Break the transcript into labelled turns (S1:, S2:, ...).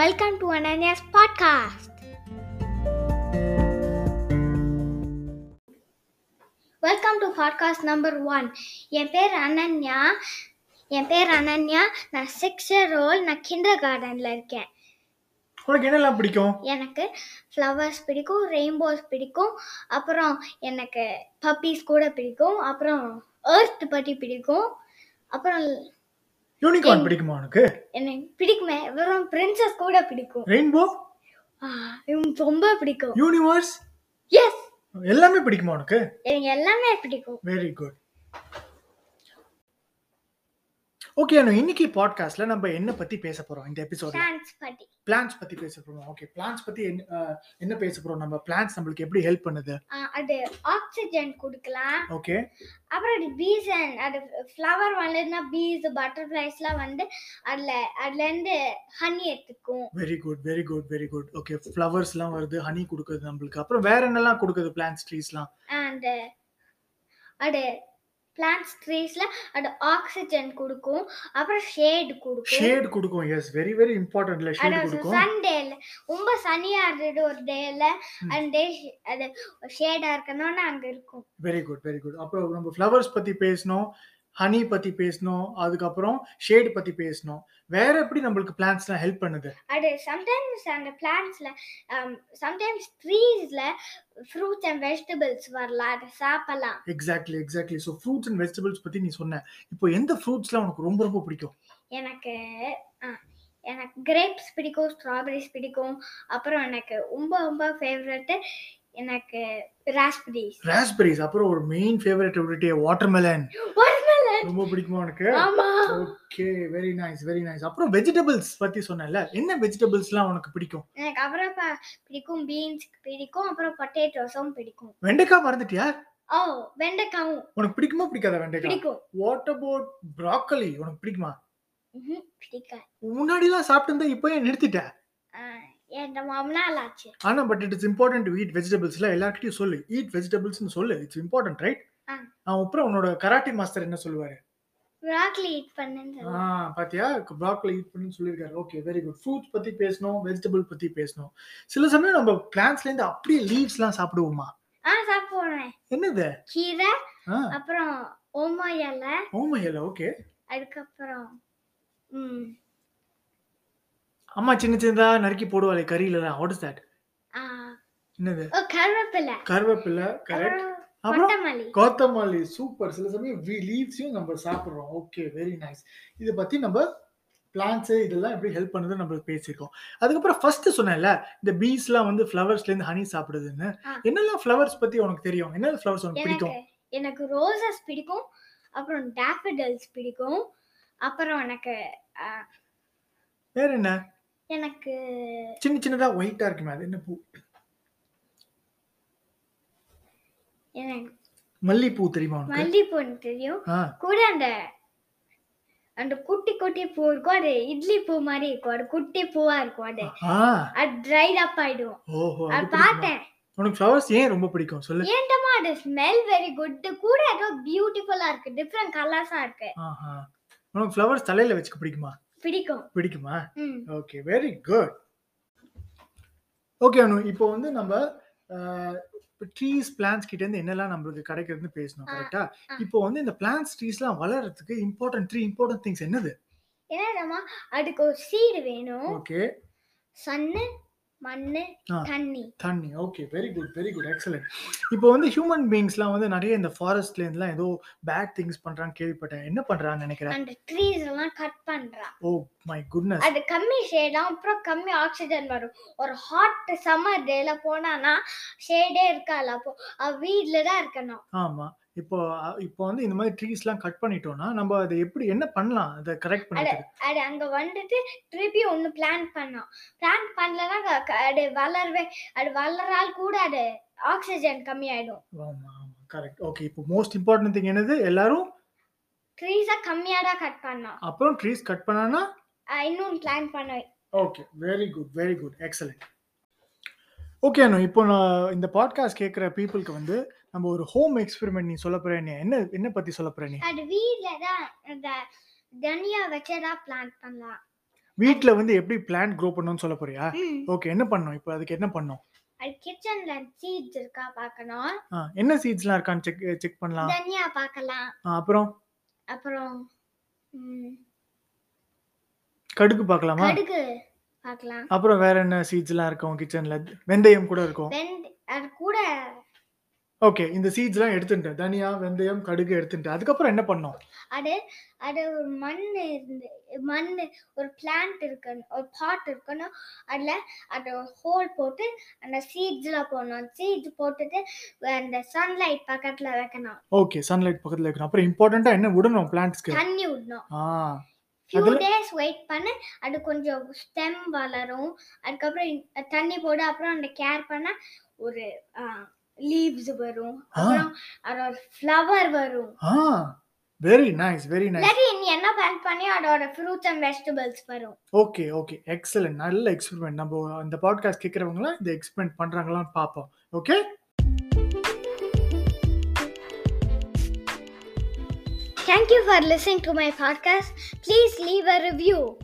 S1: Welcome to Ananya's podcast. Welcome to podcast number one என் பேர் அனன்யா என் பேர் அனன்யா நான் சிக்ஸ் இயர் ஓல்ட் நான் கிண்டர் கார்டனில் இருக்கேன்
S2: உனக்கு என்னெல்லாம் பிடிக்கும்
S1: எனக்கு ஃப்ளவர்ஸ் பிடிக்கும் ரெயின்போஸ் பிடிக்கும் அப்புறம் எனக்கு பப்பீஸ் கூட பிடிக்கும் அப்புறம் எர்த் பற்றி பிடிக்கும் அப்புறம்
S2: யூனிகார்ன் பிடிக்குமா உனக்கு
S1: எனக்கு பிடிக்குமே அப்புறம் பிரின்சஸ் கூட பிடிக்கும்
S2: ரெயின்போ
S1: ஆ, இவங்க ரொம்ப பிடிக்கும்
S2: யூனிவர்ஸ்
S1: எஸ்
S2: எல்லாமே பிடிக்குமா உனக்கு
S1: எனக்கு எல்லாமே பிடிக்கும்
S2: வெரி குட் ஓகே அனு இன்னைக்கு பாட்காஸ்ட்ல நம்ம என்ன பத்தி பேச போறோம் இந்த எபிசோட்
S1: டான்ஸ் பற்றி
S2: பிளான்ஸ் பத்தி பேச போறோம் ஓகே பிளான்ஸ் பத்தி என்ன- அஹ், என்ன பேச போறோம் நம்ம பிளான்ஸ் நம்மளுக்கு எப்படி ஹெல்ப் பண்ணுது
S1: ஆ, அது ஆக்சிஜன் கொடுக்கலாம்
S2: ஓகே
S1: அப்புறம் அது பீசன் அது ஃப்ளவர் வளர்னா பீஸ் பட்டர்ஃப்ளைஸ்லாம் வந்து அதில் அதுலேருந்து ஹனி எடுத்துக்கும்
S2: very good very good very good okay ஃப்ளவர்ஸ்லாம் வருது ஹனி கொடுக்குது நம்மளுக்கு அப்புறம் வேற என்னலாம் கொடுக்குது பிளான்ஸ் ட்ரீஸ்லாம்
S1: அண்ட் அது பிளான்ட்ஸ் ட்ரீஸில் அது ஆக்சிஜன் கொடுக்கும் அப்புறம் ஷேட் கொடுக்கும்
S2: ஷேட் கொடுக்கும் எஸ் வெரி வெரி இம்பார்ட்டன்ட்ல ஷேட்
S1: அது
S2: கொடுக்கும்
S1: சண்டேல ரொம்ப சனியாக இருந்தது ஒரு டேல அந்த டே அது ஷேடாக இருக்கணும்னு அங்கே இருக்கும்
S2: வெரி குட் வெரி குட் அப்புறம் நம்ம ஃப்ளவர்ஸ் பத்தி பேசணும் ஹனி பத்தி பேசணும் அதுக்கப்புறம் ஷேட் பத்தி பேசணும் வேற எப்படி நம்மளுக்கு பிளான்ஸ்லாம் ஹெல்ப் பண்ணுது
S1: அது சம்டைம்ஸ் அந்த um, பிளான்ட்ஸில் சம்டைம்ஸ் ட்ரீஸில் ஃப்ரூட்ஸ் அண்ட் வெஜிடபிள்ஸ் வரலாம் அதை சாப்பிடலாம்
S2: exactly exactly so fruits and vegetables பத்தி நீ சொன்ன இப்போ எந்த ஃப்ரூட்ஸ்லாம் உனக்கு ரொம்ப ரொம்ப பிடிக்கும்
S1: எனக்கு ஆ, எனக்கு கிரேப்ஸ் பிடிக்கும் ஸ்ட்ராபெரிஸ் பிடிக்கும் அப்புறம் எனக்கு ரொம்ப ரொம்ப ஃபேவரட்டு எனக்கு ராஸ்பெரிஸ்
S2: ராஸ்பெரிஸ் அப்புறம் ஒரு மெயின் ஃபேவரட் விட்டுட்டே வாட்டர்மெலன்
S1: வாட்டர்மெலன்
S2: ரொம்ப பிடிக்குமா உனக்கு
S1: ஆமா
S2: Oh. Okay very nice very nice அப்புறம் வெஜிடபிள்ஸ் பத்தி சொன்னேன்ல என்ன வெஜிடபிள்ஸ்லாம் உனக்கு பிடிக்கும்
S1: எனக்கு அவரப்பா பிடிக்கும் பீன்ஸ் பிடிக்கும் அப்புறம் பொட்டேட்டோஸும் பிடிக்கும்
S2: வெண்டைக்காய் மறந்துட்டியா
S1: ஓ வெண்டைக்காவும்
S2: உனக்கு பிடிக்குமா பிடிக்காத வெண்டைக்காய்
S1: பிடிக்கும்
S2: வாட் அபவுட் ப்ராக்கலி உனக்கு பிடிக்குமா
S1: ம்ஹும், பிடிக்காது
S2: முன்னாடிலாம் சாப்பிட்டு இப்போ ஏன் நிறுத்திட்ட
S1: ஆ, என் மாமனால் ஆச்சு
S2: ஆனா but it is important eat வெஜிடபிள்ஸ்ல எல்லார்கிட்டயும் சொல்லு ஈட் வெஜிடபிள்ஸ்னு சொல்லு இட்ஸ் இம்பார்ட்டன்ட் ரைட்
S1: ஆ.
S2: அவன் அப்புறம் உன்னோட கராட்டி மாஸ்டர் என்ன சொல்லுவாரு
S1: ப்ராக்லி ஈட் பண்ணுன்னு
S2: ஆ
S1: சொல்லுவேன்.
S2: பாத்தியா ப்ராக்கல ஈட் பண்ணி சொல்லியிருக்காரு ஓகே வெரி குட் ஃப்ரூட்ஸ் பத்தி பேசணும் வெஜிடபிள் பத்தி பேசணும் சில சமயம் நம்ம பிளான்ஸ்ல இருந்து அப்படியே லீவ்ஸ்லாம் சாப்பிடுவோமா
S1: ஆ சாப்பிடுவேன்
S2: என்னது
S1: கீரை
S2: ஆ
S1: அப்புறம் ஓமா இலை
S2: ஓமா இல்ல ஓகே
S1: அதுக்கப்புறம் ம்
S2: அம்மா சின்ன சின்னதா நறுக்கி போடுவாளே கறியில வாட் இஸ் தட்
S1: ஆ
S2: என்னது
S1: ஓ கருவேப்பிலை
S2: கருவேப்பிலை கரெக்ட்
S1: அப்புறம்
S2: அப்புறம்
S1: கொத்தமல்லி
S2: கோத்தமல்லி சூப்பர் சில சமயம் லீவ்ஸையும் நம்ம சாப்பிட்றோம் ஓகே வெரி நைஸ் இதை பத்தி நம்ம பிளான்ஸ் இதெல்லாம் எப்படி ஹெல்ப் பண்ணுது நம்ம பேசியிருக்கோம் அதுக்கப்புறம் ஃபர்ஸ்ட் சொன்னேன்ல இந்த பீஸ்லாம் வந்து ஃப்ளவர்ஸ்ல இருந்து ஹனி சாப்பிடுதுன்னு
S1: ஆ.
S2: என்னெல்லாம் ஃப்ளவர்ஸ் பத்தி உனக்கு தெரியும் என்னெல்லாம் ஃப்ளவர்ஸ் உனக்கு
S1: எனக்கு
S2: பிடிக்கும்
S1: எனக்கு ரோசஸ் பிடிக்கும் அப்புறம் டேஃபடல்ஸ் பிடிக்கும் அப்புறம் எனக்கு ஆ,
S2: வேற என்ன
S1: எனக்கு
S2: சின்ன சின்னதா ஒயிட்டா இருக்குமே அது என்ன பூ
S1: எனக்கு
S2: மல்லிப்பூ தெரியுமா உனக்கு
S1: மல்லிகைப்பூன்னு தெரியும்
S2: ஆ
S1: கூட அந்த அந்த குட்டி குட்டி பூ இருக்கும் அது இட்லி பூ மாதிரி இருக்கும் அது குட்டி பூவா இருக்கும் அது
S2: ஆ
S1: அது ட்ரைட் அப் ஆயிடும்
S2: ஓஹோ அது
S1: அது
S2: பிடிக்குமா?
S1: பார்த்தேன்
S2: உனக்கு ஃப்ளவர்ஸ் ஏன் ரொம்ப பிடிக்கும் சொல்லு
S1: ஏன்டமா அது ஸ்மெல் வெரி குட் கூட ஏதோ பியூட்டிஃபுல்லா இருக்கு டிஃப்ரெண்ட் கலர்ஸா இருக்கு
S2: ஆஹா உனக்கு ஃப்ளவர்ஸ் தலையில வச்சுக்க பிடிக்குமா
S1: பிடிக்கும்
S2: பிடிக்குமா
S1: ம்
S2: okay very good okay Anu இப்போ வந்து நம்ம ட்ரீஸ் பிளான்ஸ் கிட்ட இருந்து என்னெல்லாம் நம்மளுக்கு கிடைக்கிறதுன்னு பேசணும்
S1: ஆ,
S2: கரெக்டா
S1: ஆ.
S2: இப்போ வந்து இந்த பிளான்ஸ் ட்ரீஸ்லாம் வளர்றதுக்கு இம்பார்ட்டன்ட் த்ரீ இம்பார்ட்டன்ட் திங்ஸ் என்னது
S1: என்னமா அதுக்கு ஒரு சீடு வேணும்
S2: ஓகே
S1: சன்னு மண்ணு
S2: ஆ.
S1: தண்ணி
S2: தண்ணி okay very good very good excellent இப்போ வந்து ஹியூமன் பீயிங்ஸ்லாம் வந்து நிறைய இந்த ஃபாரஸ்ட்ல இருந்துலாம் ஏதோ பேட் திங்ஸ் பண்றாங்க கேள்விப்பட்டேன் என்ன பண்றாங்கன்னு நினைக்கிறேன் Oh
S1: அந்த ட்ரீஸ் எல்லாம் கட் பண்றா
S2: ஓ மை குட்னஸ்
S1: அது கம்மி ஷேடாக அப்புறம் கம்மி ஆக்சிஜன் வரும் ஒரு ஹாட் சம்மர் டேல போனானா ஷேடே இருக்காது அப்போ அவ வீட்ல தான் இருக்கணும்
S2: ஆமா இப்போ அ- இப்போ வந்து இந்த மாதிரி ட்ரீஸ்லாம் கட் பண்ணிட்டோம்னா நம்ம அதை எப்படி என்ன பண்ணலாம் அதை கரெக்ட் பண்ணிட்டு
S1: அது அங்க வந்துட்டு திருப்பி ஒண்ணு பிளான் பண்ணோம் பிளான் பண்ணலன்னா க- க- அது வளரவே அது வளரால் கூட அது ஆக்சிஜன் கம்மி ஆயிடும்
S2: ஆமா ஆமா கரெக்ட் ஓகே இப்போ மோஸ்ட் இம்பார்ட்டன்ட் திங் என்னது எல்லாரும்
S1: ட்ரீஸை கம்மியா தான் கட் பண்ணோம்
S2: அப்புறம் ட்ரீஸ் கட் பண்ணனா
S1: அஹ் இன்னும் பிளான் பண்ண
S2: okay very good very good excellent okay Anu இப்போ நான் இந்த பாட்காஸ்ட் கேட்குற பீப்புளுக்கு வந்து நம்ம ஒரு ஹோம் எக்ஸ்பெரிமெண்ட் நீ சொல்ல போற நீ என்ன என்ன பத்தி சொல்ல போற நீ
S1: அது வீட்டில் தான் இந்த தனியா வச்சதா பிளான் பண்ணலாம்
S2: வீட்ல வந்து எப்படி பிளான்ட் க்ரோ பண்ணணும்னு சொல்ல போறியா
S1: ம்.
S2: ஓகே என்ன பண்ணணும் இப்போ அதுக்கு என்ன பண்ணணும்
S1: அது கிச்சன்ல சீட்ஸ் இருக்கா பார்க்கணும்
S2: ஆ, என்ன சீட்ஸ்லாம் இருக்கான்னு செக் செக் பண்ணலாம்
S1: தனியா பார்க்கலாம்
S2: ஆ, அப்புறம்
S1: அப்புறம் ம்,
S2: கடுகு பார்க்கலாமா
S1: கடுகு பார்க்கலாம்
S2: அப்புறம் வேற என்ன சீட்ஸ்லாம் இருக்கும் கிச்சன்ல வெந்தயம் கூட இருக்கும்
S1: வெந்த அது கூட
S2: ஓகே இந்த சீட்ஸ்லாம் எடுத்துட்டேன் தனியா வெந்தயம் கடுகு எடுத்துட்டேன் அதுக்கப்புறம் என்ன பண்ணோம்
S1: அது அது ஒரு மண் இருந்து மண் ஒரு பிளான்ட் இருக்கணும் ஒரு பாட் இருக்கணும் அதில் அது ஹோல் போட்டு அந்த சீட்ஸ்லாம் போடணும் சீட்ஸ் போட்டுட்டு அந்த சன்லைட் பக்கத்தில் வைக்கணும்
S2: ஓகே சன்லைட் பக்கத்துல இருக்கணும் அப்புறம் இம்பார்ட்டண்டா என்ன விடணும் பிளான்ட்ஸ்க்கு
S1: தண்ணி விடணும்
S2: ஆ
S1: ஃபியூ
S2: அதுல-
S1: டேஸ் வெயிட் பண்ணு அது கொஞ்சம் ஸ்டெம் வளரும் அதுக்கப்புறம் இ- தண்ணி போட அப்புறம் அந்த கேர் பண்ண ஒரு லீவ்ஸ் வரும்
S2: ஆ.
S1: அப்புறம் அதோட ஃப்ளவர் வரும்
S2: ஆ வெரி நைஸ் வெரி நைஸ்
S1: இல்லாட்டி நீ என்ன பிளான் பண்ணி அதோட ஃப்ரூட்ஸ் அண்ட் வெஜிடபிள்ஸ் வரும்
S2: ஓகே ஓகே எக்ஸலன்ட் நல்ல எக்ஸ்பெரிமெண்ட் நம்ம அந்த பாட்காஸ்ட் கேட்குறவங்களாம் இந்த எக்ஸ்பெரிமெண்ட் பண்ணுறாங்களான்னு பார்ப்போம் okay
S1: Thank you for listening to my podcast. Please leave a review.